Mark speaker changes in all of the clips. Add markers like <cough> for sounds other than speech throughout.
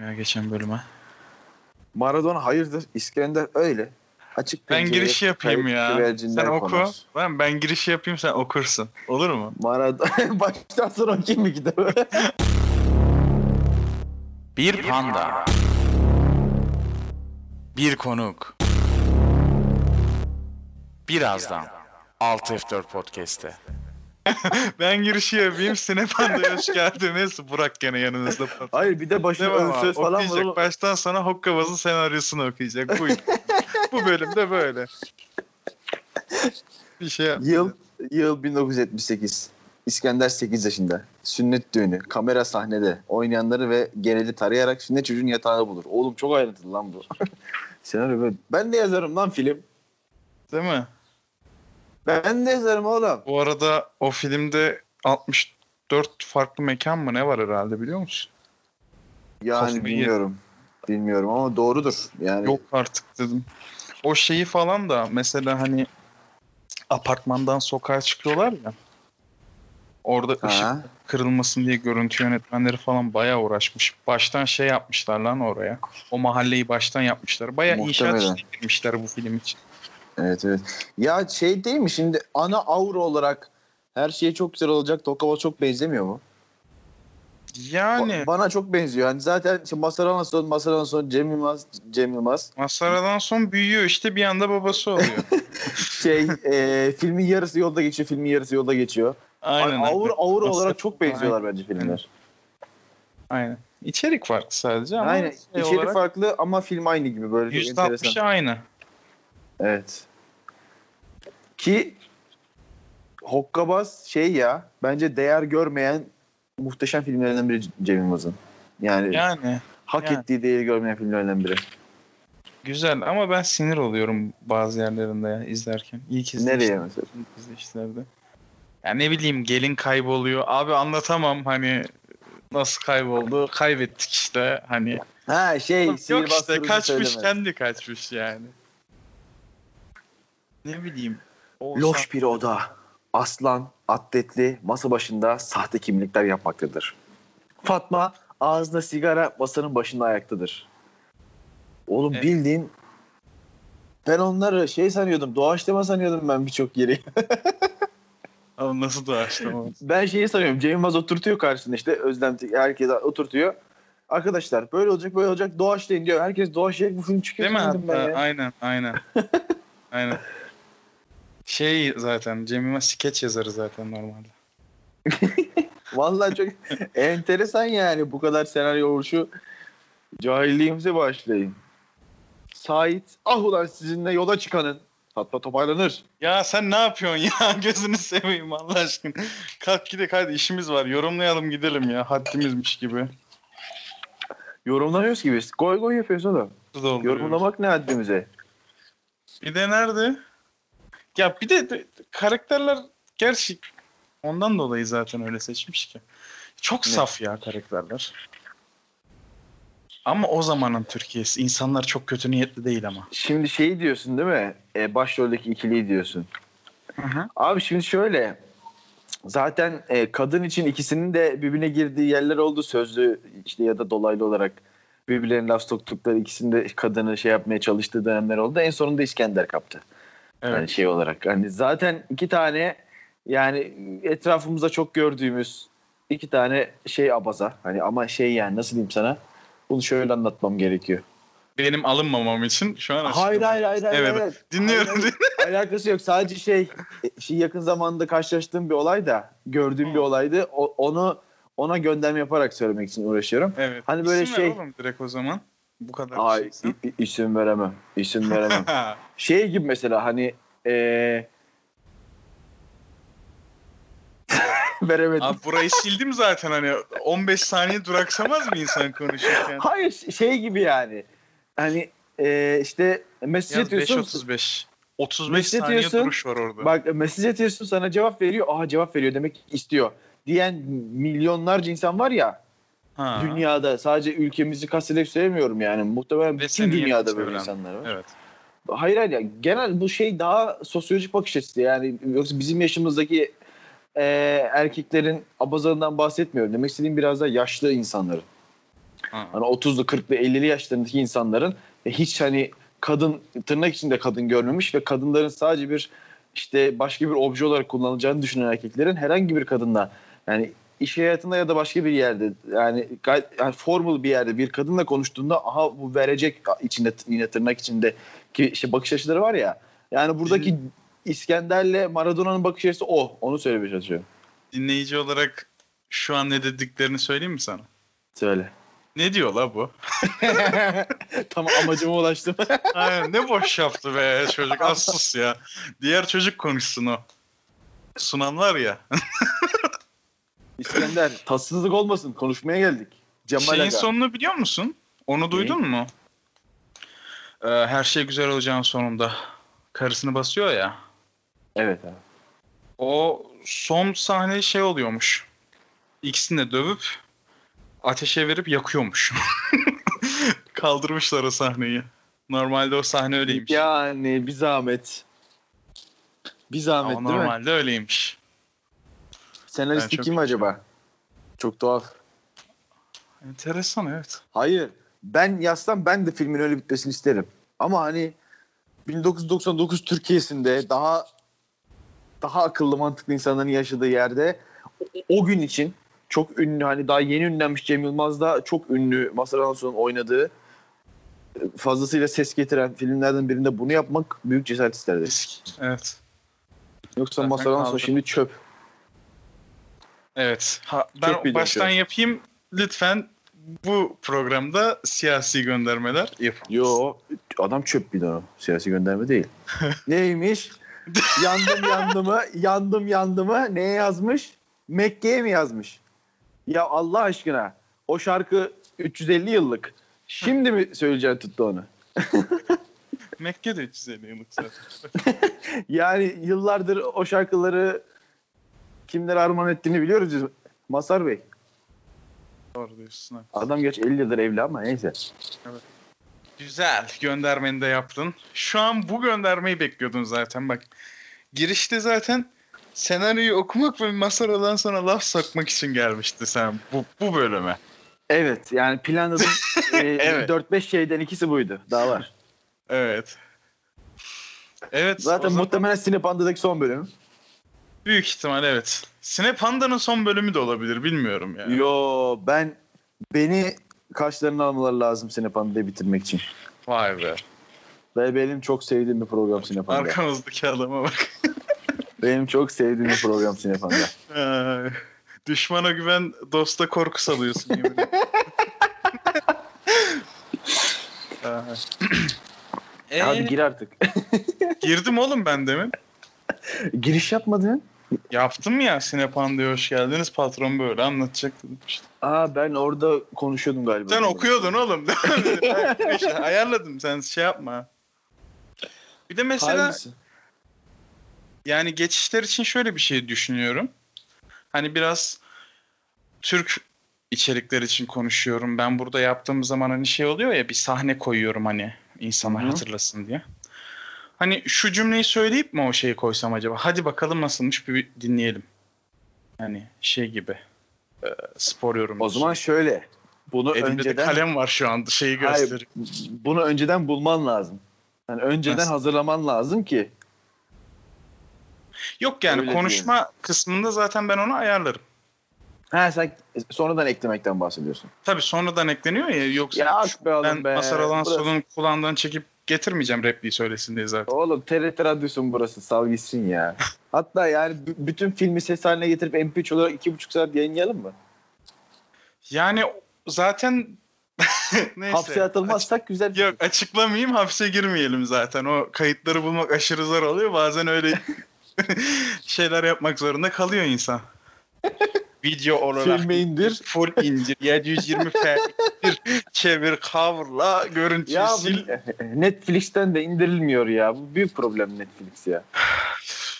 Speaker 1: ya geçen bölüme.
Speaker 2: Maradona hayırdır? İskender öyle. Açık
Speaker 1: Ben
Speaker 2: pencereye
Speaker 1: giriş yapayım
Speaker 2: kayıp
Speaker 1: ya.
Speaker 2: güvercinler
Speaker 1: Sen oku.
Speaker 2: konar.
Speaker 1: Ben, ben giriş yapayım sen okursun. Olur mu?
Speaker 2: Maradona <laughs> baştan sonra okuyayım
Speaker 1: <laughs>
Speaker 2: mı kitabı?
Speaker 1: Bir panda. Bir konuk.
Speaker 3: Birazdan 6F4 Podcast'te.
Speaker 1: <laughs> Ben girişi yapayım. Sinepanda hoş geldiniz. Burak gene yanınızda.
Speaker 2: Hayır bir de başına
Speaker 1: Değil mi
Speaker 2: ön
Speaker 1: ama?
Speaker 2: söz falan var
Speaker 1: okuyacak.
Speaker 2: oğlum.
Speaker 1: Baştan sona Hokkabaz'ın senaryosunu okuyacak. Bu, bu bölümde böyle. Bir şey yap.
Speaker 2: Yıl, yıl 1978. İskender 8 yaşında. Sünnet düğünü. Kamera sahnede. Oynayanları ve geneli tarayarak sünnet çocuğun yatağını bulur. Oğlum çok ayrıntılı lan bu. <laughs> Senaryo böyle. Ben de yazarım lan film.
Speaker 1: Değil mi?
Speaker 2: Ben de yazarım oğlum.
Speaker 1: Bu arada o filmde 64 farklı mekan mı ne var herhalde biliyor musun?
Speaker 2: Yani
Speaker 1: Kafayı-
Speaker 2: bilmiyorum. Bilmiyorum ama doğrudur. Yani
Speaker 1: Yok artık dedim. O şeyi falan da mesela hani apartmandan sokağa çıkıyorlar ya. Orada ışık
Speaker 2: Ha.
Speaker 1: kırılmasın diye görüntü yönetmenleri falan bayağı uğraşmış. Baştan şey yapmışlar lan oraya. O mahalleyi baştan yapmışlar. Bayağı inşaat
Speaker 2: Muhtemelen.
Speaker 1: işine girmişler bu film için.
Speaker 2: Evet evet. Ya şey değil mi şimdi ana aura olarak her şeye çok güzel olacak Tokava çok benzemiyor mu? Ba-
Speaker 1: Yani
Speaker 2: Bana çok benziyor. Yani zaten işte Masaralan son, Masaralan son, Cem Yılmaz, Cem Yılmaz.
Speaker 1: Masaradan son büyüyor işte bir anda babası oluyor. <laughs>
Speaker 2: Şey, e, filmin yarısı yolda geçiyor, filmin yarısı yolda geçiyor.
Speaker 1: Aynen.
Speaker 2: <laughs> Ay, aura, aura
Speaker 1: Masar-
Speaker 2: olarak çok benziyorlar bence filmler.
Speaker 1: Aynen. İçerik farklı sadece ama
Speaker 2: Aynen.
Speaker 1: şey
Speaker 2: İçeri
Speaker 1: olarak
Speaker 2: farklı ama film aynı gibi böyle çok enteresan.
Speaker 1: %60'ı aynı.
Speaker 2: Evet. Ki Hokkabaz şey ya bence değer görmeyen muhteşem filmlerinden biri Cem Yılmaz'ın. Yani,
Speaker 1: Yani
Speaker 2: hak
Speaker 1: yani.
Speaker 2: ettiği değeri görmeyen filmlerden biri.
Speaker 1: güzel ama ben sinir oluyorum bazı yerlerinde ya izlerken. İlk izleyişte.
Speaker 2: Nereye mesela?
Speaker 1: ilk izleyişlerde. Ya ne bileyim gelin kayboluyor. Abi anlatamam hani nasıl kayboldu. Kaybettik işte hani.
Speaker 2: Ha şey
Speaker 1: Yok
Speaker 2: sihirbaz
Speaker 1: işte
Speaker 2: turunu
Speaker 1: kaçmış
Speaker 2: söyleme.
Speaker 1: kendi kaçmış yani. Ne bileyim. Oğuzhan-
Speaker 2: Loş bir oda. Aslan atletli masa başında sahte kimlikler yapmaktadır. Fatma ağzında sigara masanın başında ayaktadır. Oğlum
Speaker 1: Evet.
Speaker 2: bildiğin ben onları şey sanıyordum doğaçlama sanıyordum ben birçok yeri. <laughs>
Speaker 1: Abi nasıl doğaçlama?
Speaker 2: Ben şeyi sanıyorum. Cem Yılmaz oturtuyor karşısında işte. Özlem herkes oturtuyor. Arkadaşlar böyle olacak böyle olacak doğaçlayın diyor. Herkes doğaçlayacak bu film çıkıyor.
Speaker 1: Değil mi
Speaker 2: sanıyordum
Speaker 1: hatta?
Speaker 2: ben ya.
Speaker 1: Aynen
Speaker 2: <laughs>
Speaker 1: aynen. aynen. Şey zaten Cem Yılmaz skeç yazarı zaten normalde.
Speaker 2: Vallahi çok <laughs> enteresan yani bu kadar senaryo oluşu cahilliğimize başlayın. Sait ah ulan sizinle yola çıkanın. Fatma toparlanır.
Speaker 1: Ya sen ne yapıyorsun ya? <laughs> Gözünü seveyim Allah aşkına. Kalk gidelim hadi işimiz var. Yorumlayalım gidelim ya. Haddimizmiş gibi.
Speaker 2: Yorumlamıyoruz ki biz. Goy goy yapıyoruz oğlum.
Speaker 1: Bu da olur.
Speaker 2: Yorumlamak ne haddimize?
Speaker 1: Bir de nerede? Ya bir de, de- karakterler gerçi ondan dolayı zaten öyle seçmiş ki. Çok
Speaker 2: Ne?
Speaker 1: saf ya karakterler. Ama o zamanın Türkiye'si. insanlar çok kötü niyetli değil ama.
Speaker 2: Şimdi şeyi diyorsun değil mi? E, başroldeki ikiliyi diyorsun. Abi şimdi şöyle zaten e, kadın için ikisinin de birbirine girdiği yerler oldu sözlü işte ya da dolaylı olarak birbirlerine laf soktukları ikisinin de kadını şey yapmaya çalıştığı dönemler oldu. En sonunda İskender kaptı. Yani
Speaker 1: Evet.
Speaker 2: şey olarak hani zaten iki tane yani etrafımızda çok gördüğümüz iki tane şey abaza. Hani ama şey yani nasıl diyeyim sana? Bunu şöyle anlatmam gerekiyor.
Speaker 1: Benim alınmamam için şu an
Speaker 2: Hayır
Speaker 1: açıklamam.
Speaker 2: hayır hayır hayır.
Speaker 1: Evet,
Speaker 2: hayır.
Speaker 1: Dinliyorum.
Speaker 2: Hayır, Alakası yok. Sadece şey, şey yakın zamanda karşılaştığım bir olay da gördüğüm bir olaydı. O- onu ona gönderme yaparak söylemek için uğraşıyorum.
Speaker 1: evet.
Speaker 2: Hani böyle
Speaker 1: İsim
Speaker 2: şey-
Speaker 1: Ver oğlum direkt o zaman. Bu kadar
Speaker 2: Ay
Speaker 1: şeyse.
Speaker 2: i- i- isim veremem.
Speaker 1: <laughs>
Speaker 2: İsim veremem.
Speaker 1: Ha,
Speaker 2: şey gibi mesela hani eee <laughs>
Speaker 1: <laughs>
Speaker 2: veremedim.
Speaker 1: Abi burayı sildim zaten hani 15 saniye duraksamaz mı insan konuşurken?
Speaker 2: Hayır şey gibi yani. Hani eee, işte mesaj
Speaker 1: Yaz
Speaker 2: atıyorsun.
Speaker 1: 5.35. 35
Speaker 2: Mesut
Speaker 1: saniye
Speaker 2: diyorsun.
Speaker 1: duruş var orada.
Speaker 2: Bak mesaj atıyorsun sana cevap veriyor. Aha cevap veriyor demek ki istiyor. Diyen milyonlarca insan var ya.
Speaker 1: Ha,
Speaker 2: dünyada sadece ülkemizi kastederek söylemiyorum yani muhtemelen
Speaker 1: Ve
Speaker 2: bütün
Speaker 1: seni
Speaker 2: dünyada
Speaker 1: yakın
Speaker 2: böyle
Speaker 1: çevren.
Speaker 2: insanlar var.
Speaker 1: Evet.
Speaker 2: Hayır hayır ya genel bu şey daha sosyolojik bakış açısı yani yoksa bizim yaşımızdaki e, erkeklerin abazarından bahsetmiyorum. Demek istediğim biraz daha yaşlı insanların.
Speaker 1: Hı.
Speaker 2: Hani 30'lu 40'lı 50'li yaşlarındaki insanların e, hiç hani kadın tırnak içinde kadın görmemiş ve kadınların sadece bir işte başka bir obje olarak kullanılacağını düşünen erkeklerin herhangi bir kadınla yani iş hayatında ya da başka bir yerde yani, gayet, yani formal bir yerde bir kadınla konuştuğunda aha bu verecek içinde yine tırnak içinde ki işte bakış açıları var ya yani buradaki İskender'le Maradona'nın bakış açısı o. Onu söylemeye çalışıyorum.
Speaker 1: Dinleyici olarak şu an ne dediklerini söyleyeyim mi sana?
Speaker 2: Söyle. <laughs>
Speaker 1: Ne diyor la bu?
Speaker 2: Tam amacıma ulaştım.
Speaker 1: Aynen, ne boş yaptı be çocuk az sus ya. Diğer çocuk konuşsun o. Sunan var ya.
Speaker 2: İskender tatsızlık olmasın konuşmaya geldik. Cemal
Speaker 1: Şeyin
Speaker 2: Aga.
Speaker 1: sonunu biliyor musun? Onu duydun mu? Ee, her şey güzel olacağın sonunda. Karısını basıyor ya.
Speaker 2: Evet abi.
Speaker 1: O son sahne şey oluyormuş. İkisini de dövüp ateşe verip yakıyormuş. <laughs> Kaldırmışlar o sahneyi. Normalde o sahne öyleymiş.
Speaker 2: Yani bir zahmet. Bir
Speaker 1: Ama
Speaker 2: zahmet değil mi?
Speaker 1: normalde öyleymiş.
Speaker 2: Senaristi
Speaker 1: Ben çok
Speaker 2: kim acaba? Çok tuhaf.
Speaker 1: Enteresan evet.
Speaker 2: Hayır. Ben yazsam ben de filmin öyle bitmesini isterim. Ama hani 1999 Türkiye'sinde daha daha akıllı mantıklı insanların yaşadığı yerde o, o gün için çok ünlü hani daha yeni ünlenmiş Cem Yılmaz'da çok ünlü Mazhar Ansu'nun oynadığı e, fazlasıyla ses getiren filmlerden birinde bunu yapmak büyük cesaret isterdi.
Speaker 1: Risk. Evet.
Speaker 2: Yoksa
Speaker 1: Zaten
Speaker 2: Mazhar Ansu
Speaker 1: kaldı.
Speaker 2: şimdi çöp.
Speaker 1: Evet. Ha, ben
Speaker 2: Çok bildim
Speaker 1: baştan
Speaker 2: şu an.
Speaker 1: yapayım. Lütfen bu programda siyasi göndermeler yapın.
Speaker 2: Yo adam çöp bir daha. Siyasi gönderme değil. <laughs> Neymiş? yandım yandımı, yandım yandımı neye yazmış? Mekke'ye mi yazmış? Ya Allah aşkına o şarkı 350 yıllık. Şimdi mi söyleyeceğin tuttu onu?
Speaker 1: Mekke de 350 yıllık zaten.
Speaker 2: Yani yıllardır o şarkıları kimlere armağan ettiğini biliyoruz biz. Masar Bey.
Speaker 1: Doğru diyorsun. ha.
Speaker 2: Adam geç 50 yıldır evli ama neyse.
Speaker 1: Güzel. Göndermeni de yaptın. Şu an bu göndermeyi bekliyordun zaten bak. Girişte zaten senaryoyu okumak ve masaradan sonra laf sokmak için gelmişti sen bu, bu bölüme.
Speaker 2: Evet yani <laughs> planladığım e,
Speaker 1: Evet.
Speaker 2: 4-5 şeyden ikisi buydu. Daha var.
Speaker 1: Evet. Evet.
Speaker 2: Zaten
Speaker 1: o zaman-
Speaker 2: muhtemelen Sinep Anda'daki son bölüm.
Speaker 1: Büyük ihtimal evet. Snap Panda'nın son bölümü de olabilir bilmiyorum yani.
Speaker 2: <laughs> Yo ben beni kaşlarını almaları lazım Sinepan'da bitirmek için.
Speaker 1: Vay be.
Speaker 2: Ve benim çok sevdiğim bir program Sinepan'da.
Speaker 1: Arkamızdaki adama bak.
Speaker 2: Benim çok sevdiğim bir program Sinepan'da.
Speaker 1: Ay, Ee, Düşmana güven, dosta korku salıyorsun yemin ederim. Ay. <laughs> Ee,
Speaker 2: Hadi gir artık. <laughs>
Speaker 1: girdim oğlum ben demin.
Speaker 2: Giriş yapmadın.
Speaker 1: Yaptım ya Sinepan'da hoş geldiniz patron böyle anlatacaktı. İşte.
Speaker 2: Aa ben orada konuşuyordum galiba.
Speaker 1: Sen okuyordun oğlum. <laughs> Ben işte ayarladım sen şey yapma. Bir de mesela
Speaker 2: Hangisi?
Speaker 1: Yani geçişler için şöyle bir şey düşünüyorum. Hani biraz Türk içerikler için konuşuyorum. Ben burada yaptığım zaman hani şey oluyor ya bir sahne koyuyorum hani insanlar
Speaker 2: Hı hı.
Speaker 1: hatırlasın diye. Hani şu cümleyi söyleyip mi o şeyi koysam acaba? Hadi bakalım nasılmış bir dinleyelim. Yani şey gibi. e, Spor yorumu.
Speaker 2: O zaman şöyle. Bunu
Speaker 1: Elimde de
Speaker 2: önceden
Speaker 1: kalem var şu anda şeyi
Speaker 2: Hayır,
Speaker 1: gösteriyor.
Speaker 2: bunu önceden bulman lazım. Yani önceden
Speaker 1: Nasıl?
Speaker 2: hazırlaman lazım ki.
Speaker 1: Yok yani
Speaker 2: öyle
Speaker 1: konuşma kısmında zaten ben onu ayarlarım.
Speaker 2: Ha sen sonradan eklemekten bahsediyorsun.
Speaker 1: Tabii sonradan ekleniyor ya yoksa
Speaker 2: Ya ak be oğlum
Speaker 1: Ben
Speaker 2: be.
Speaker 1: Masar
Speaker 2: Burası-
Speaker 1: Alanso'nun kulağından çekip getirmeyeceğim repliği söylesin diye zaten.
Speaker 2: Oğlum TRT radyosun burası sal gitsin ya. Hatta yani b- bütün filmi ses haline getirip MP3 olarak iki buçuk saat yayınlayalım mı?
Speaker 1: Yani zaten <laughs> neyse.
Speaker 2: Hapse atılmazsak güzel
Speaker 1: Aç- Yok açıklamayayım hapse girmeyelim zaten. O kayıtları bulmak aşırı zor oluyor. Bazen öyle <laughs> şeyler yapmak zorunda kalıyor insan. <laughs> Video olarak
Speaker 2: filmi indir.
Speaker 1: <laughs> full indir 720
Speaker 2: <laughs>
Speaker 1: p bir çevir coverla görüntü
Speaker 2: şey. Ya bu-
Speaker 1: sil.
Speaker 2: <laughs> Netflix'ten de indirilmiyor ya. Bu büyük problem Netflix ya.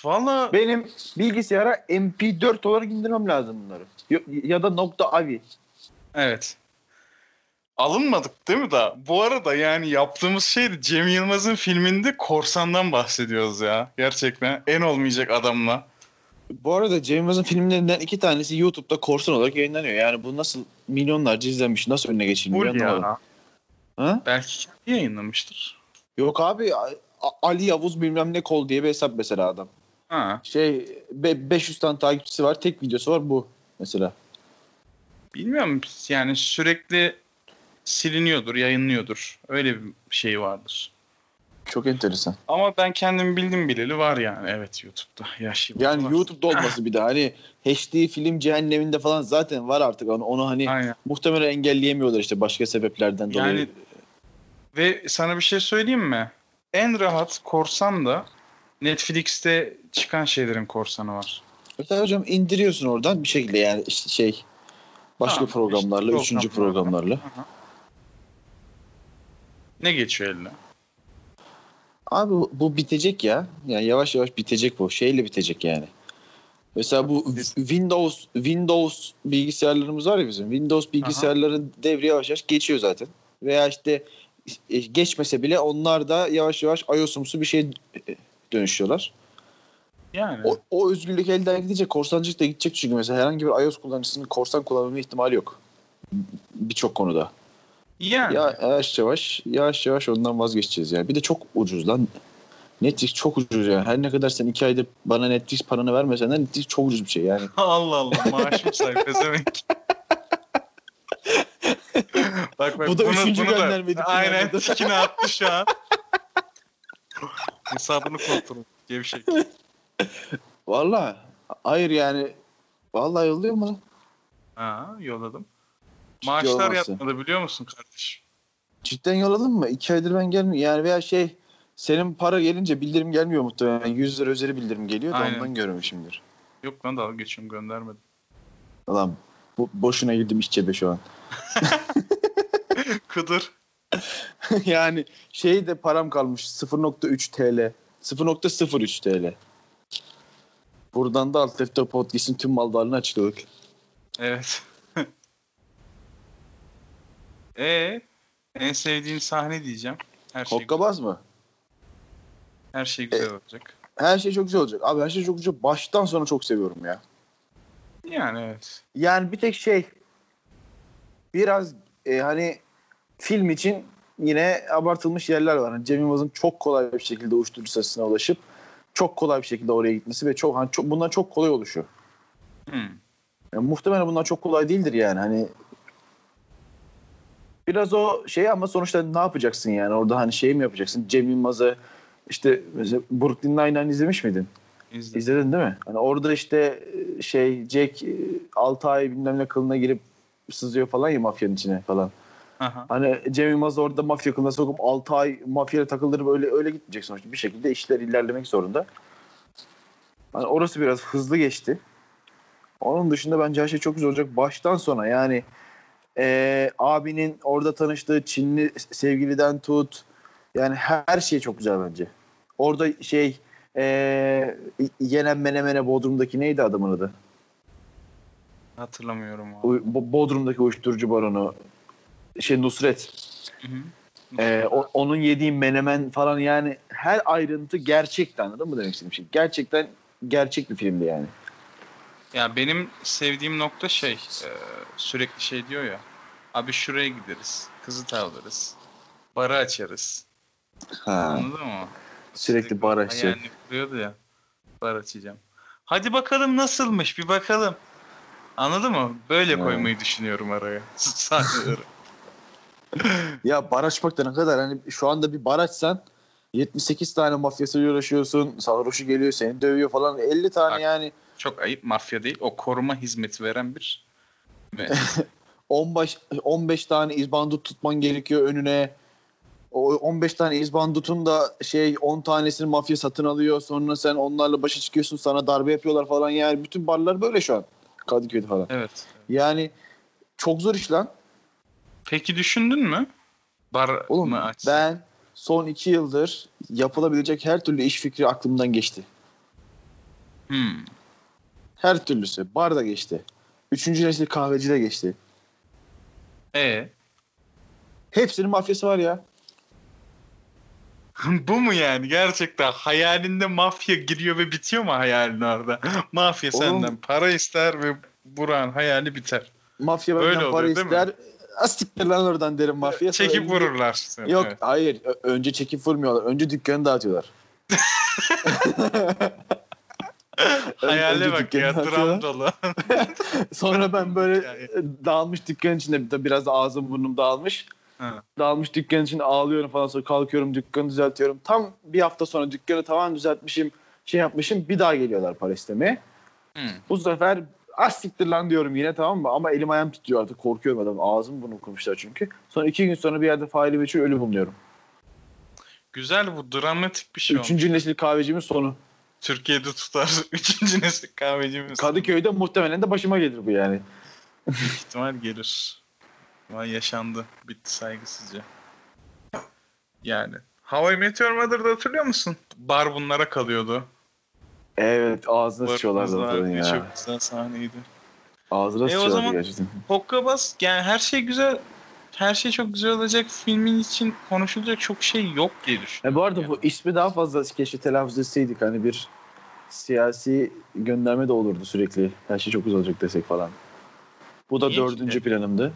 Speaker 1: Valla
Speaker 2: Benim bilgisayara MP4 olarak indirmem lazım bunları. Yo- Ya da nokta avi.
Speaker 1: Evet. Alınmadık değil mi da? Bu arada yani yaptığımız şeydi. Cem Yılmaz'ın filminde korsandan bahsediyoruz ya. Gerçekten en olmayacak adamla.
Speaker 2: Bu arada Cem Yılmaz'ın filmlerinden iki tanesi YouTube'da korsan olarak yayınlanıyor. Yani bu nasıl milyonlarca izlenmiş, nasıl önüne geçilmiyor
Speaker 1: Bul
Speaker 2: anlamadım.
Speaker 1: ya.
Speaker 2: Ha?
Speaker 1: Belki kendi yayınlamıştır.
Speaker 2: Yok abi A- Ali Yavuz bilmem ne kol diye bir hesap mesela adam.
Speaker 1: Ha,
Speaker 2: Şey be- 500 tane takipçisi var, tek videosu var bu mesela.
Speaker 1: bilmiyorum yani sürekli siliniyordur, yayınlıyordur. Öyle bir şey vardır.
Speaker 2: Çok enteresan.
Speaker 1: Ama ben kendim bildim bileli var yani. Evet YouTube'da. Yaşlı
Speaker 2: Yani
Speaker 1: var.
Speaker 2: YouTube'da olması bir de hani HD film cehenneminde falan zaten var artık onu, onu hani
Speaker 1: Aynen.
Speaker 2: muhtemelen engelleyemiyorlar işte başka sebeplerden dolayı.
Speaker 1: Yani ve sana bir şey söyleyeyim mi? En rahat korsan da Netflix'te çıkan şeylerin korsanı var.
Speaker 2: Öte hocam indiriyorsun oradan bir şekilde yani işte şey başka
Speaker 1: Tamam,
Speaker 2: programlarla,
Speaker 1: işte
Speaker 2: üçüncü
Speaker 1: programlarla.
Speaker 2: programlarla.
Speaker 1: Ne geçiyor eline?
Speaker 2: Abi bu- bu bitecek ya. Yani yavaş yavaş bitecek bu. Şeyle bitecek yani. Mesela bu
Speaker 1: Biz-
Speaker 2: Windows Windows bilgisayarlarımız var ya bizim. Windows bilgisayarların devri yavaş yavaş geçiyor zaten. Veya işte e, geçmese bile onlar da yavaş yavaş iOS'umsu bir şeye e, dönüşüyorlar.
Speaker 1: Yani
Speaker 2: O, o özgürlük elden gidecek. Korsancılık da gidecek çünkü mesela herhangi bir iOS kullanıcısının korsan kullanabilme ihtimali yok. Birçok konuda.
Speaker 1: yani
Speaker 2: Ya yavaş yavaş yavaş yavaş ondan vazgeçeceğiz ya. Bir de çok ucuz lan. Netflix çok ucuz ya. Her ne kadar sen iki ayda bana Netflix paranı vermesen de Netflix çok ucuz bir şey yani.
Speaker 1: <laughs> Allah Allah maaşım sayfası
Speaker 2: <laughs>
Speaker 1: demek. bak bak
Speaker 2: Bu da
Speaker 1: bunu,
Speaker 2: üçüncü
Speaker 1: bunu
Speaker 2: göndermedik
Speaker 1: da, aynen <laughs>
Speaker 2: bunlardan.
Speaker 1: tikini attı şu
Speaker 2: <laughs>
Speaker 1: an. Hesabını kontrol gevşek.
Speaker 2: Valla. Hayır yani. Vallahi yolluyor mu lan?
Speaker 1: Ha yolladım.
Speaker 2: Ciddi
Speaker 1: Maaşlar
Speaker 2: olamazsın.
Speaker 1: yatmadı biliyor musun kardeşim?
Speaker 2: Cidden yolladın mı? İki aydır ben gelmiyorum. Yani veya şey senin para gelince bildirim gelmiyor muhtemelen. 100 lira üzeri bildirim geliyor da
Speaker 1: Aynen.
Speaker 2: ondan görmüşümdür.
Speaker 1: Yok lan dalga geçiyorum göndermedim. <laughs>
Speaker 2: Lan bu, boşuna girdim iç cebe şu an.
Speaker 1: Kıdır.
Speaker 2: <laughs> yani şey de param kalmış 0.3 TL. 0.03 TL. Buradan da Alt Defter Podcast'in tüm mallarını açıkladık.
Speaker 1: Evet. <laughs> e en sevdiğin sahne diyeceğim. Her şey
Speaker 2: Hokkabaz mı?
Speaker 1: her şey
Speaker 2: Ee,
Speaker 1: güzel olacak.
Speaker 2: Her şey çok güzel olacak. Abi her şey çok güzel. Baştan sona çok seviyorum ya.
Speaker 1: Yani evet.
Speaker 2: Yani bir tek şey biraz e, hani film için yine abartılmış yerler var. Hani Cem Yılmaz'ın çok kolay bir şekilde uyuşturucu sasına ulaşıp çok kolay bir şekilde oraya gitmesi ve çok, hani çok bundan çok kolay oluşu.
Speaker 1: Hmm.
Speaker 2: Yani muhtemelen bunlar çok kolay değildir yani. Hani biraz o şey ama sonuçta ne yapacaksın yani? Orada hani şey mi yapacaksın? Cem Yılmaz'ı işte mesela Brooklyn Nine-Nine izlemiş miydin?
Speaker 1: İzle.
Speaker 2: İzledin değil mi? Hani orada işte e, şey Jack 6 ay bilmem ne kılına girip sızıyor falan ya mafyanın içine falan.
Speaker 1: Aha.
Speaker 2: Hani Cem Yılmaz orada mafya kılına sokup 6 ay mafyayla takılır böyle öyle gitmeyecek sonuçta. Bir şekilde işler ilerlemek zorunda. Hani orası biraz hızlı geçti. Onun dışında bence her şey çok güzel olacak. Baştan sona yani eee, abinin orada tanıştığı Çinli sevgiliden tut. Yani her şey çok güzel bence. Orada şey eee yenen menemene Bodrum'daki neydi adamın adı?
Speaker 1: Hatırlamıyorum abi.
Speaker 2: Uy- Bo- Bodrum'daki uyuşturucu baronu şey Nusret.
Speaker 1: Hı hı.
Speaker 2: Ee, o- onun yediği menemen falan yani her ayrıntı gerçekten anladın mı demek istediğim şey? Gerçekten gerçek bir filmdi yani.
Speaker 1: Ya benim sevdiğim nokta şey e, sürekli şey diyor ya abi şuraya gideriz kızı tavlarız barı açarız
Speaker 2: Ha.
Speaker 1: anladın mı?
Speaker 2: Sürekli bar açacak.
Speaker 1: hayalini kuruyordu ya bar açacağım. Hadi bakalım nasılmış bir bakalım anladın mı? Böyle
Speaker 2: Ha.
Speaker 1: koymayı düşünüyorum araya <laughs> sahneleri.
Speaker 2: Ya bar açmak da ne kadar hani şu anda bir bar açsan 78 tane mafyasıyla uğraşıyorsun. Sarhoşu geliyor seni dövüyor falan. 50 tane
Speaker 1: Bak.
Speaker 2: yani
Speaker 1: Çok ayıp mafya değil o koruma hizmeti veren bir ve
Speaker 2: 15, 15 tane izbandut tutman gerekiyor önüne. O 15 tane izbandutun da şey 10 tanesini mafya satın alıyor. Sonra sen onlarla başa çıkıyorsun. Sana darbe yapıyorlar falan yani. Bütün barlar böyle şu an. Kadıköy'de falan.
Speaker 1: evet.
Speaker 2: Yani çok zor iş lan.
Speaker 1: Peki düşündün mü? Bar
Speaker 2: Oğlum
Speaker 1: mı açsın?
Speaker 2: ben son iki yıldır yapılabilecek her türlü iş fikri aklımdan geçti.
Speaker 1: Hmm.
Speaker 2: Her türlüsü. Bar da geçti. Üçüncü nesil kahveci de geçti.
Speaker 1: E
Speaker 2: Hepsinin mafyası var ya.
Speaker 1: <laughs> Bu mu yani? Gerçekten hayalinde mafya giriyor ve bitiyor mu hayalin orada? <laughs> Mafya
Speaker 2: Oğlum-
Speaker 1: senden para ister ve Burak'ın hayali biter.
Speaker 2: Mafya
Speaker 1: Öyle
Speaker 2: benden
Speaker 1: oluyor,
Speaker 2: para
Speaker 1: değil mi?
Speaker 2: ister. Astiktir lan oradan derim mafya. Sonra
Speaker 1: Çekip
Speaker 2: elinde-
Speaker 1: vururlar seni.
Speaker 2: Yok
Speaker 1: Evet.
Speaker 2: hayır. Ö- Önce çekip vurmuyorlar. Önce
Speaker 1: <laughs>
Speaker 2: dükkanı dağıtıyorlar. Ön- önce
Speaker 1: Hayale bak ya
Speaker 2: dükkanı
Speaker 1: dram
Speaker 2: dağıtıyorlar.
Speaker 1: dolu. <laughs>
Speaker 2: Sonra ben böyle
Speaker 1: Yani.
Speaker 2: e, dağılmış dükkanın içinde bir de biraz da ağzım burnum dağılmış.
Speaker 1: Ha.
Speaker 2: Dağılmış dükkanın içinde ağlıyorum falan sonra kalkıyorum dükkanı düzeltiyorum. Tam bir hafta sonra dükkanı tamamen düzeltmişim şey yapmışım bir daha geliyorlar para istemeye.
Speaker 1: Hı.
Speaker 2: Bu sefer az siktir lan diyorum yine tamam mı? Ama elim ayağım titriyor artık korkuyorum adam. Ağzım burnum kurmuşlar çünkü. Sonra iki gün sonra bir yerde faili meçhul ölü bulunuyorum.
Speaker 1: Güzel bu dramatik bir şey olmuş.
Speaker 2: Üçüncü nesil kahvecimin sonu.
Speaker 1: Türkiye'de tutar. <laughs> Üçüncü nesil kahvecimiz.
Speaker 2: Kadıköy'de muhtemelen de başıma gelir bu yani.
Speaker 1: ihtimal gelir. Vay yaşandı. Bitti saygısızca. Yani. Hava Meteor Mother'da hatırlıyor musun? Bar bunlara kalıyordu.
Speaker 2: Evet ağzına sıçıyorlar
Speaker 1: Barımız
Speaker 2: zaten
Speaker 1: vardı,
Speaker 2: ya.
Speaker 1: Çok güzel sahneydi.
Speaker 2: Ağzına
Speaker 1: E, o
Speaker 2: sıçıyorlar
Speaker 1: zaman-
Speaker 2: gerçekten.
Speaker 1: Hokkabaz yani her şey güzel her şey çok güzel olacak. Filmin için konuşulacak çok şey yok diye düşünüyorum.
Speaker 2: E bu arada bu ismi daha fazla keşke telaffuz etseydik. Hani bir siyasi gönderme de olurdu sürekli. Her şey çok güzel olacak desek falan. Bu da
Speaker 1: İyi
Speaker 2: dördüncü planımdı.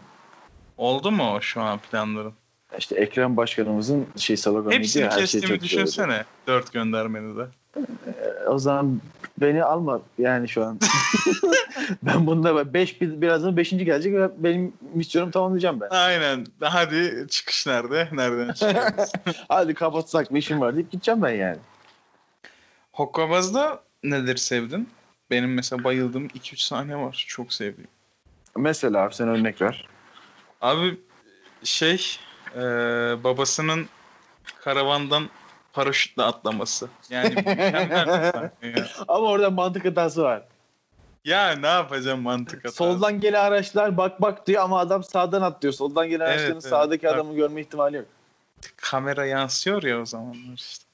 Speaker 1: Oldu mu o şu an planların?
Speaker 2: İşte Ekrem Başkanımızın şey sloganıydı
Speaker 1: Hepsini
Speaker 2: ya, her şey
Speaker 1: kestiğimi
Speaker 2: çok güzel olacak.
Speaker 1: düşünsene. Dört göndermeni de.
Speaker 2: E, O zaman beni alma yani
Speaker 1: <laughs>
Speaker 2: şu an. <laughs> ben bunda 5 birazdan 5. gelecek ve benim misyonum tamamlayacağım ben.
Speaker 1: Aynen. Hadi çıkış nerede? Nereden
Speaker 2: <laughs>
Speaker 1: çıkıyoruz?
Speaker 2: Hadi kapatsak bir işim var deyip gideceğim ben yani.
Speaker 1: Hokkabaz'da nedir sevdin? Benim mesela bayıldığım 2-3 sahne var. Çok sevdiğim.
Speaker 2: Mesela abi sen örnek ver.
Speaker 1: Abi şey e, babasının karavandan paraşütle atlaması. <laughs> Yani mükemmel bir sahne ya.
Speaker 2: Ama orada mantık hatası var.
Speaker 1: Ya ne yapacağım mantık hatası.
Speaker 2: Soldan gelen araçlar bak bak diyor ama adam sağdan atlıyor. Soldan gelen
Speaker 1: Evet,
Speaker 2: araçların
Speaker 1: evet.
Speaker 2: sağdaki
Speaker 1: Bak.
Speaker 2: adamı görme ihtimali yok.
Speaker 1: kamera yansıyor ya o zamanlar işte.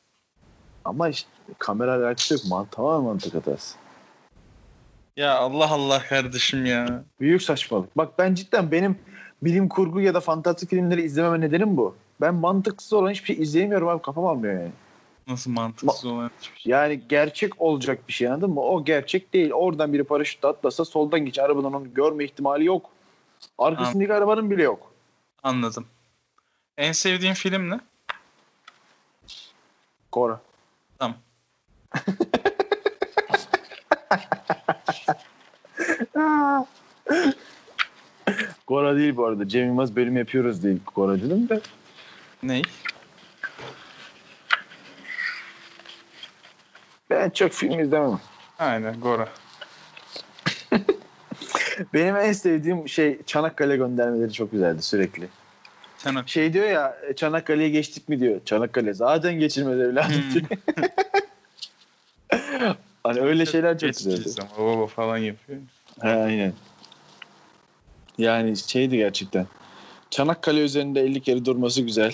Speaker 2: Ama işte kamera alakası yok. Man tamamen mantık hatası.
Speaker 1: Ya Allah Allah kardeşim ya.
Speaker 2: Büyük saçmalık. Bak ben cidden benim bilim kurgu ya da fantastik filmleri izlememe nedenim bu. Ben mantıksız olan hiçbir şey izleyemiyorum abi kafam almıyor yani.
Speaker 1: Nasıl mantıksız olan hiçbir şey.
Speaker 2: Yani gerçek olacak bir şey anladın mı? O gerçek değil. Oradan biri paraşütle atlasa soldan geçen arabadan onu görme ihtimali yok. Arkasındaki arabanın bile yok.
Speaker 1: Anladım. En sevdiğin film ne?
Speaker 2: Kora.
Speaker 1: Tamam.
Speaker 2: <laughs> Kora değil bu arada. Cem Yılmaz bölüm yapıyoruz değil Kora dedim de.
Speaker 1: Ney?
Speaker 2: Ben çok film izlemem.
Speaker 1: Aynen Gora.
Speaker 2: Benim en sevdiğim şey Çanakkale göndermeleri çok güzeldi sürekli.
Speaker 1: Çanak.
Speaker 2: Şey diyor ya Çanakkale'ye geçtik mi diyor. Çanakkale zaten geçilmez evladım.
Speaker 1: Hmm.
Speaker 2: diyor. <laughs> hani öyle şeyler çok güzeldi.
Speaker 1: Geçeceğiz ama baba falan yapıyor.
Speaker 2: He, aynen. Yani şeydi gerçekten. Çanakkale üzerinde 50 kere durması güzel.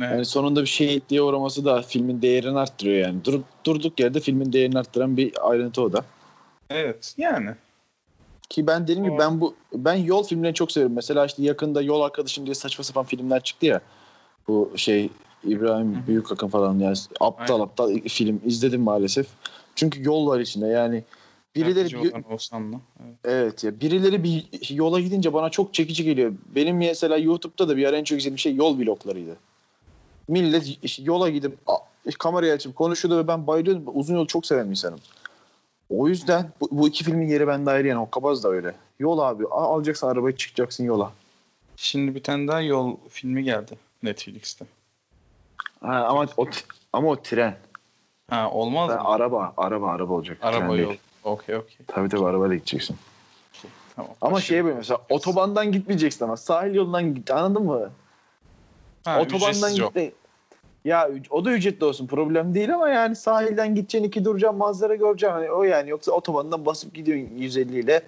Speaker 1: Evet.
Speaker 2: Yani sonunda bir şehitliğe uğraması da filmin değerini arttırıyor yani. Durup durduk yerde filmin değerini arttıran bir ayrıntı o da.
Speaker 1: Evet yani.
Speaker 2: Ki ben dediğim gibi
Speaker 1: O-
Speaker 2: ben bu ben yol filmlerini çok seviyorum. Mesela işte yakında Yol Arkadaşım diye saçma sapan filmler çıktı ya. Bu şey
Speaker 1: Hı
Speaker 2: İbrahim
Speaker 1: hı.
Speaker 2: Büyükakın falan yani aptal
Speaker 1: Aynen.
Speaker 2: aptal film izledim maalesef. Çünkü yol var içinde yani birileri
Speaker 1: Yardımcı
Speaker 2: bir-
Speaker 1: olan Oğuzhan'la. Evet.
Speaker 2: Evet ya birileri bir yola gidince bana çok çekici geliyor. Benim mesela YouTube'da da bir ara en çok izlediğim şey yol vloglarıydı. Millet işte yola gidip a- kamerayı açıp konuşuyordu ve ben bayılıyordum. Uzun yolu çok seven bir insanım. O yüzden bu, bu iki filmin yeri bende ayrı yani Hokkabaz da öyle. Yol abi a- alacaksın arabayı çıkacaksın yola.
Speaker 1: Şimdi bir tane daha yol filmi geldi Netflix'te.
Speaker 2: Ha, ama o t- ama o tren.
Speaker 1: Ha olmaz
Speaker 2: Ha,
Speaker 1: mı?
Speaker 2: araba araba araba olacak.
Speaker 1: Araba
Speaker 2: Tren değil.
Speaker 1: yol. Okey okey.
Speaker 2: Tabii tabii arabayla gideceksin.
Speaker 1: Tamam.
Speaker 2: Ama
Speaker 1: Başka-
Speaker 2: şeye böyle mesela otobandan gitmeyeceksin ama sahil yolundan git anladın mı?
Speaker 1: Ha,
Speaker 2: şey, Otobandan
Speaker 1: ücretsiz yol.
Speaker 2: gitti. Ya ü- o da ücretli olsun problem değil ama yani sahilden gideceksin iki duracaksın manzara göreceksin. Hani o yani yoksa otobandan basıp gidiyorsun 150 ile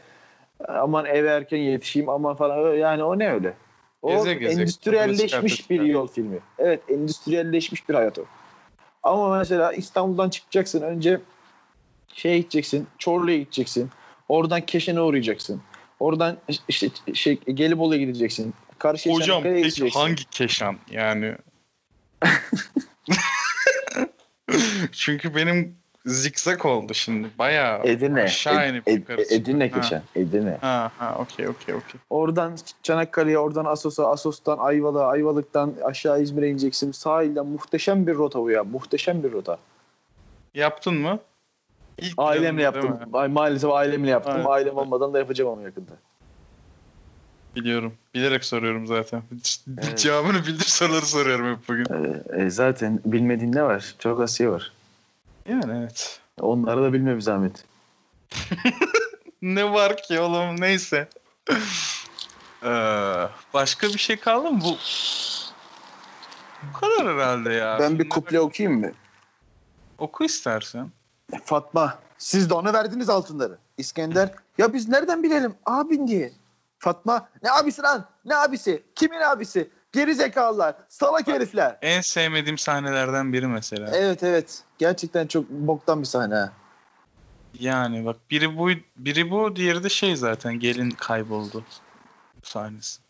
Speaker 2: aman eve erken yetişeyim aman falan Ö- yani o ne öyle. O
Speaker 1: Geze geze, tadını
Speaker 2: endüstriyelleşmiş
Speaker 1: çıkartıp
Speaker 2: bir
Speaker 1: çıkartıp.
Speaker 2: yol filmi. Evet endüstriyelleşmiş bir hayat o. Ama mesela İstanbul'dan çıkacaksın önce şeye gideceksin Çorlu'ya gideceksin. Oradan Keşan'a uğrayacaksın. Oradan işte şey Gelibolu'ya şey, gideceksin. Karşıya
Speaker 1: Hocam
Speaker 2: Çanakkale'ye
Speaker 1: peki
Speaker 2: <laughs> gideceksin.
Speaker 1: hangi Keşan yani? Çünkü benim zikzak oldu şimdi. Bayağı
Speaker 4: Edirne.
Speaker 1: aşağı
Speaker 4: Ed-
Speaker 1: inip
Speaker 4: Ed-
Speaker 1: yukarı çıktı.
Speaker 4: Edirne
Speaker 1: Ha.
Speaker 4: geçen. Edirne.
Speaker 1: Ha ha okey okey okey.
Speaker 2: Oradan Çanakkale'ye, oradan Assos'a, Assos'tan Ayvalık'a, Ayvalık'tan aşağı İzmir'e ineceksin. Sahilden muhteşem bir rota bu ya. Muhteşem bir rota.
Speaker 1: Yaptın mı? İlk planın
Speaker 2: Ailemle
Speaker 1: değil
Speaker 2: yaptım.
Speaker 1: mi?
Speaker 2: Ay, maalesef ailemle yaptım.
Speaker 1: Aynen.
Speaker 2: Ailem olmadan da yapacağım ama yakında.
Speaker 1: Biliyorum. Bilerek soruyorum zaten.
Speaker 2: Evet.
Speaker 1: Cevabını bildim soruları soruyorum hep bugün.
Speaker 2: Ee, e, zaten bilmediğin ne var? Çok az şey var.
Speaker 1: Yani evet.
Speaker 2: Onları da bilme bir zahmet.
Speaker 1: Ne var ki oğlum neyse. Ee, başka bir şey kaldı mı? Bu, bu kadar herhalde ya.
Speaker 2: ben
Speaker 1: Şimdi
Speaker 2: bir kuple okuyayım mı?
Speaker 1: Oku istersen.
Speaker 2: Fatma, siz de ona verdiniz altınları. İskender, ya biz nereden bilelim abin diye. Fatma, ne abisi lan? Ne abisi? Kimin abisi? Geri zekalılar, salak herifler.
Speaker 1: En sevmediğim sahnelerden biri mesela.
Speaker 2: Evet evet. Gerçekten çok boktan bir sahne. ha.
Speaker 1: Yani bak biri bu biri bu diğeri de şey zaten gelin kayboldu sahnesi.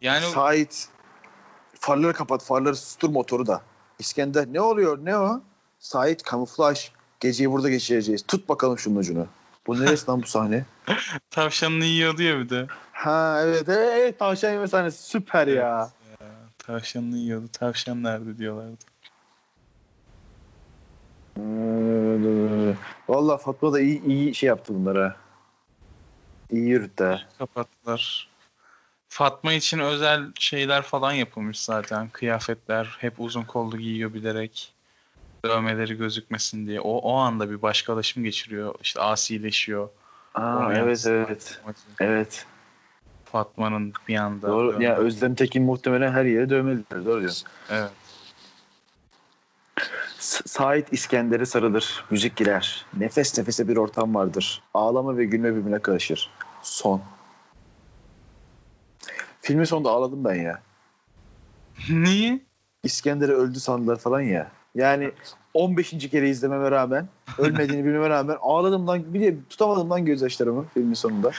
Speaker 1: Yani
Speaker 2: Sait farları kapat, farları sustur motoru da. İskender ne oluyor? Ne o? Sait kamuflaj. Geceyi burada geçireceğiz. Tut bakalım şunun ucunu. Bu neresi lan bu sahne?
Speaker 1: tavşanını yiyordu ya bir de.
Speaker 2: Ha evet evet, evet tavşan yeme sahnesi süper ya.
Speaker 1: Tavşanını yiyordu. Tavşan nerede diyorlardı.
Speaker 2: Valla Fatma da iyi, iyi şey yaptı bunlara. İyi yürüttü. ha.
Speaker 1: Kapattılar. Fatma için özel şeyler falan yapılmış zaten. Kıyafetler hep uzun kollu giyiyor bilerek. Dövmeleri gözükmesin diye. O, o anda bir başkalaşım geçiriyor. İşte asileşiyor.
Speaker 2: Aa,
Speaker 1: Oraya-
Speaker 2: evet evet. Evet.
Speaker 1: Fatma'nın bir anda.
Speaker 2: Doğru. Ya Özlem Tekin muhtemelen her yere dövmelidir. Doğru diyorsun.
Speaker 1: Evet. <laughs>
Speaker 2: S- Sait İskender'e sarılır, müzik girer. Nefes nefese bir ortam vardır. Ağlama ve gülme birbirine karışır. Son. Filmin sonunda ağladım ben ya.
Speaker 1: Niye?
Speaker 2: İskender'i öldü sandılar falan ya. Yani 15. kere
Speaker 1: <laughs>
Speaker 2: izlememe rağmen, ölmediğini bilmeme rağmen ağladım lan, bir de tutamadım lan gözyaşlarımı filmin sonunda.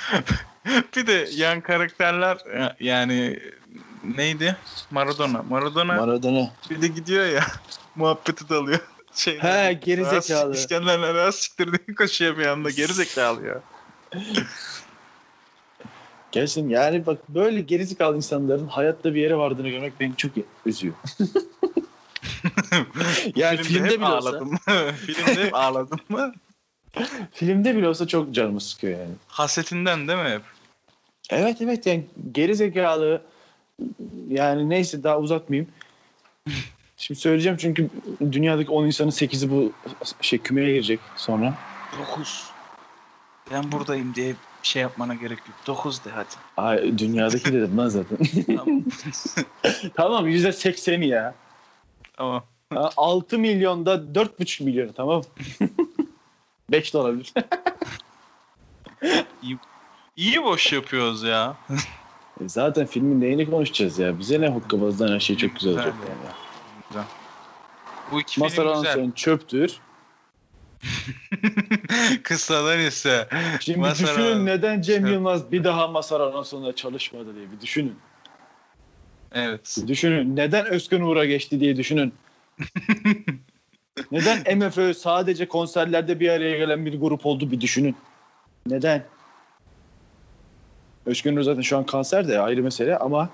Speaker 1: bir de yan karakterler e, yani neydi? Maradona. Maradona
Speaker 2: Maradona.
Speaker 1: bir de gidiyor ya <laughs> muhabbeti dalıyor. <laughs> Şey,
Speaker 2: He geri
Speaker 1: "Rahatsız-
Speaker 2: zekalı.
Speaker 1: İskender nereye siktir diye <laughs> koşuyor bir anda. Geri zekalı ya.
Speaker 2: Gerçekten yani bak böyle geri zekalı insanların hayatta bir yere vardığını görmek beni çok
Speaker 1: <laughs>
Speaker 2: üzüyor. yani filmde
Speaker 1: hep
Speaker 2: bile olsa,
Speaker 1: ağladım. <laughs> filmde hep ağladım <laughs> mı?
Speaker 2: filmde bile olsa çok canımı sıkıyor yani.
Speaker 1: Hasetinden değil mi hep?
Speaker 2: Evet evet yani geri zekalı yani neyse
Speaker 1: <laughs>
Speaker 2: daha uzatmayayım. Şimdi söyleyeceğim çünkü dünyadaki 10 insanın 8'i bu şey kümeye girecek sonra.
Speaker 1: 9. Ben buradayım diye şey yapmana gerek yok. 9 de hadi.
Speaker 2: Ay dünyadaki dedim lan zaten.
Speaker 1: Tamam.
Speaker 2: <laughs> tamam %80'i ya.
Speaker 1: tamam.
Speaker 2: Ha, 6 milyonda 4,5 milyon
Speaker 1: <laughs>
Speaker 2: tamam. 5 de olabilir.
Speaker 1: İyi boş yapıyoruz ya.
Speaker 2: E Zaten filmin neyini konuşacağız ya. Bize ne hokkabazdan her şey çok güzel olacak.
Speaker 1: Güzel
Speaker 2: Yani.
Speaker 1: Bu iki film
Speaker 2: Masaran
Speaker 1: güzel. <laughs>
Speaker 2: sen çöptür.
Speaker 1: Kısadan ise.
Speaker 2: Şimdi
Speaker 1: Mazhar Alan-
Speaker 2: düşünün neden Cem
Speaker 1: Çöp.
Speaker 2: Yılmaz bir daha Mazhar Aranson'la çalışmadı diye bir düşünün.
Speaker 1: Evet.
Speaker 2: Düşünün neden Özkan Uğur'a geçti diye düşünün. neden MFÖ sadece konserlerde bir araya gelen bir grup oldu bir düşünün. Neden? Özkan Uğur zaten şu an kanser de ayrı mesele ama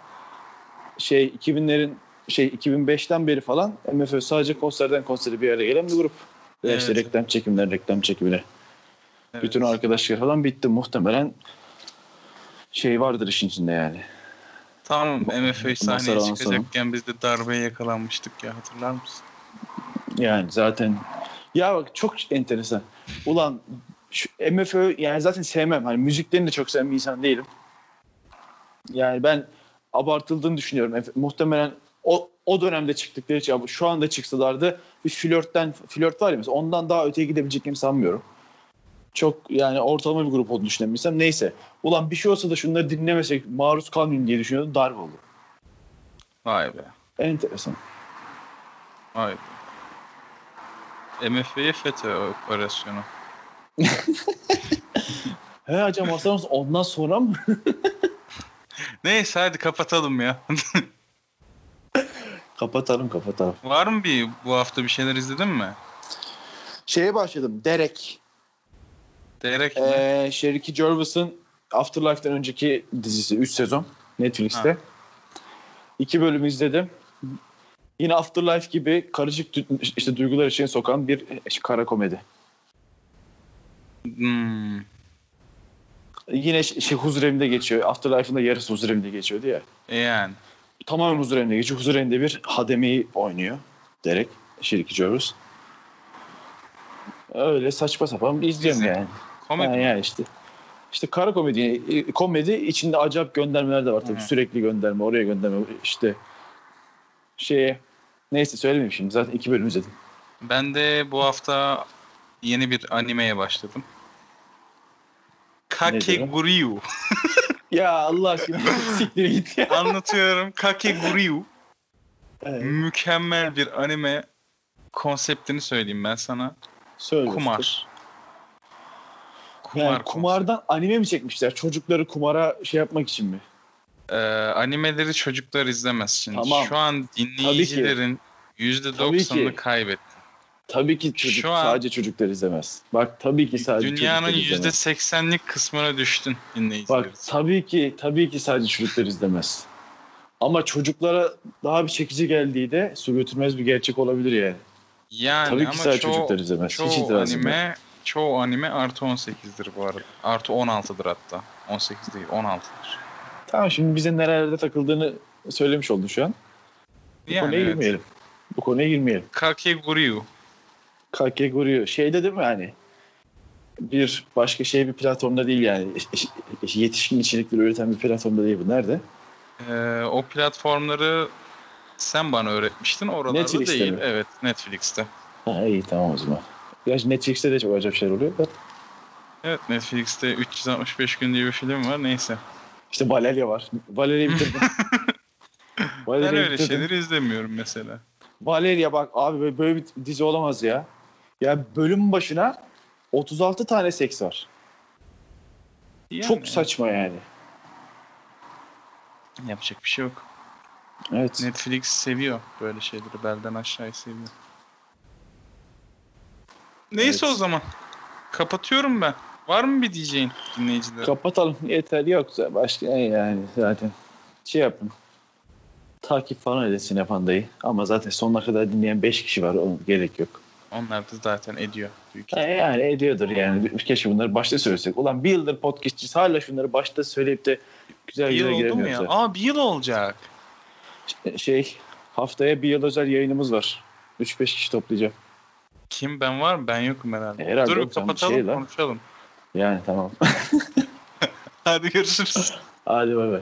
Speaker 2: şey 2000'lerin şey 2005'ten beri falan MFÖ sadece konserden konsere bir araya gelen bir grup. Ve işte
Speaker 1: Evet.
Speaker 2: reklam çekimler reklam çekimine.
Speaker 1: evet.
Speaker 2: Bütün arkadaşlar falan bitti muhtemelen şey vardır işin içinde yani.
Speaker 1: Tamam MFÖ sahneye
Speaker 2: Masaran sonra.
Speaker 1: çıkacakken biz de darbeye yakalanmıştık ya hatırlar mısın?
Speaker 2: Yani zaten ya bak çok enteresan. Ulan şu MFÖ yani zaten sevmem. Hani müziklerini de çok seven bir insan değilim. Yani ben abartıldığını düşünüyorum. Efe- Muhtemelen o, o dönemde çıktıkları için ama şu anda çıksalardı bir flörtten flört var ya mesela ondan daha öteye gidebileceklerini sanmıyorum. Çok yani ortalama bir grup olduğunu düşünemiyorsam neyse. Ulan bir şey olsa da şunları dinlemesek maruz kalmayayım diye düşünüyordum. Darbe oldu.
Speaker 1: Vay be.
Speaker 2: Enteresan.
Speaker 1: Vay be. MFÖ'ye FETÖ operasyonu.
Speaker 2: He hocam Hasan Hasan, ondan sonra mı?
Speaker 1: Neyse hadi kapatalım ya.
Speaker 2: Kapatalım kapatalım.
Speaker 1: Var mı bir bu hafta bir şeyler izledin mi?
Speaker 2: Şeye başladım. Derek.
Speaker 1: Derek mi?
Speaker 2: Ee, Sheriki Gervais'ın Afterlife'den önceki dizisi 3 sezon Netflix'te. 2 bölüm izledim. Yine Afterlife gibi karışık dü- işte duygular için sokan bir kara komedi.
Speaker 1: Hmm.
Speaker 2: Yine ş- şey huzurevinde geçiyor. Afterlife'ın da yarısı huzurevinde geçiyordu ya.
Speaker 1: e Yani.
Speaker 2: Tamamen huzurevinde geçiyor. Huzurevinde bir hademeyi oynuyor. Derek Sheriki Gervais. Öyle saçma sapan bir izliyorum
Speaker 1: İzle.
Speaker 2: yani.
Speaker 1: Komedi.
Speaker 2: Ha,
Speaker 1: mi?
Speaker 2: yani işte. İşte kara komedi, e, komedi içinde acayip göndermeler de var tabii.
Speaker 1: Hı.
Speaker 2: Sürekli gönderme, oraya gönderme işte şeye neyse söylemeyeyim şimdi. Zaten iki bölüm izledim.
Speaker 1: Ben de bu hafta yeni bir animeye başladım. Kakeguryu.
Speaker 2: Ya
Speaker 1: <laughs>
Speaker 2: Allah aşkına siktir git ya. <laughs>
Speaker 1: Anlatıyorum. Kakeguryu.
Speaker 2: Evet,
Speaker 1: Mükemmel bir anime konseptini söyleyeyim ben sana.
Speaker 2: söyle.
Speaker 1: Kumar.
Speaker 2: Yani
Speaker 1: Kumar. konsepti.
Speaker 2: kumardan anime mi çekmişler? Çocukları kumara şey yapmak için mi?
Speaker 1: Ee, animeleri çocuklar izlemez şimdi.
Speaker 2: Tamam.
Speaker 1: Şu an dinleyicilerin %90'ını
Speaker 2: Tabii ki.
Speaker 1: kaybetti.
Speaker 2: Tabii ki çocuk,
Speaker 1: Şu an-
Speaker 2: sadece çocuklar izlemez. Bak tabii ki sadece
Speaker 1: Dünyanın
Speaker 2: çocuklar izlemez.
Speaker 1: %80'lik kısmına düştün dinleyiciler.
Speaker 2: Bak tabii ki tabii ki sadece çocuklar izlemez. Ama çocuklara daha bir çekici geldiği de su götürmez bir gerçek olabilir yani.
Speaker 1: Yani
Speaker 2: tabii
Speaker 1: ama
Speaker 2: ki sadece
Speaker 1: çoğu,
Speaker 2: çocuklar izlemez. Hiç
Speaker 1: çoğu
Speaker 2: itirazım yok.
Speaker 1: anime çoğu anime artı 18'dir bu arada. Artı 16'dır hatta. 18 değil 16'dır.
Speaker 2: Tamam şimdi bize nerelerde takıldığını söylemiş oldun şu an. Bu
Speaker 1: Yani
Speaker 2: konuya
Speaker 1: evet.
Speaker 2: girmeyelim. Bu konuya girmeyelim.
Speaker 1: Kakeguryu.
Speaker 2: Kakegoryu şeyde değil mi hani? Bir başka şey bir platformda değil yani. Yetişkin içerikleri üreten bir platformda değil bu. Nerede?
Speaker 1: Ee, o platformları sen bana öğretmiştin. Oralarda
Speaker 2: Netflix'te
Speaker 1: değil.
Speaker 2: mi?
Speaker 1: Evet Netflix'te.
Speaker 2: Ha, iyi tamam o zaman. Gerçi Netflix'te de çok acayip şeyler oluyor. da.
Speaker 1: Evet Netflix'te 365 gün diye bir film var. Neyse.
Speaker 2: İşte Valeria var. Valeria'yı bitirdim.
Speaker 1: <laughs> Ben
Speaker 2: Valeria'yı
Speaker 1: öyle
Speaker 2: bitirdim.
Speaker 1: şeyleri izlemiyorum mesela.
Speaker 2: Valeria bak abi böyle- böyle bir dizi olamaz ya. Ya bölüm başına 36 tane seks var.
Speaker 1: Yani
Speaker 2: Çok saçma yani.
Speaker 1: Yapacak bir şey yok.
Speaker 2: Evet.
Speaker 1: Netflix seviyor böyle şeyleri. Belden aşağıyı seviyor. Neyse
Speaker 2: Evet.
Speaker 1: o zaman. Kapatıyorum ben. Var mı bir diyeceğin dinleyicilere?
Speaker 2: Kapatalım. Yeter yoksa başka yani zaten şey yapın. Takip falan edin Sinepanda'yı. Ama zaten sonuna kadar dinleyen 5 kişi var. Onun gerek yok.
Speaker 1: Onlar da zaten ediyor. Büyük
Speaker 2: Ha, Yani ediyordur yani. Keşke bunları başta söylesek. Ulan bir yıldır podcastçiyiz. Hala şunları başta söyleyip de güzel
Speaker 1: Ee, bir yıl
Speaker 2: güzel
Speaker 1: oldu mu ya?
Speaker 2: giremiyoruz.
Speaker 1: Aa bir yıl olacak.
Speaker 2: ya. Şey haftaya bir yıl özel yayınımız var. 3-5 kişi toplayacağım.
Speaker 1: Kim ben var mı? Ben yokum herhalde.
Speaker 2: Herhalde
Speaker 1: Dur bir
Speaker 2: yok canım,
Speaker 1: kapatalım
Speaker 2: şey lan.
Speaker 1: konuşalım.
Speaker 2: Yani tamam.
Speaker 1: Hadi görüşürüz.
Speaker 2: <laughs> Hadi bay bay.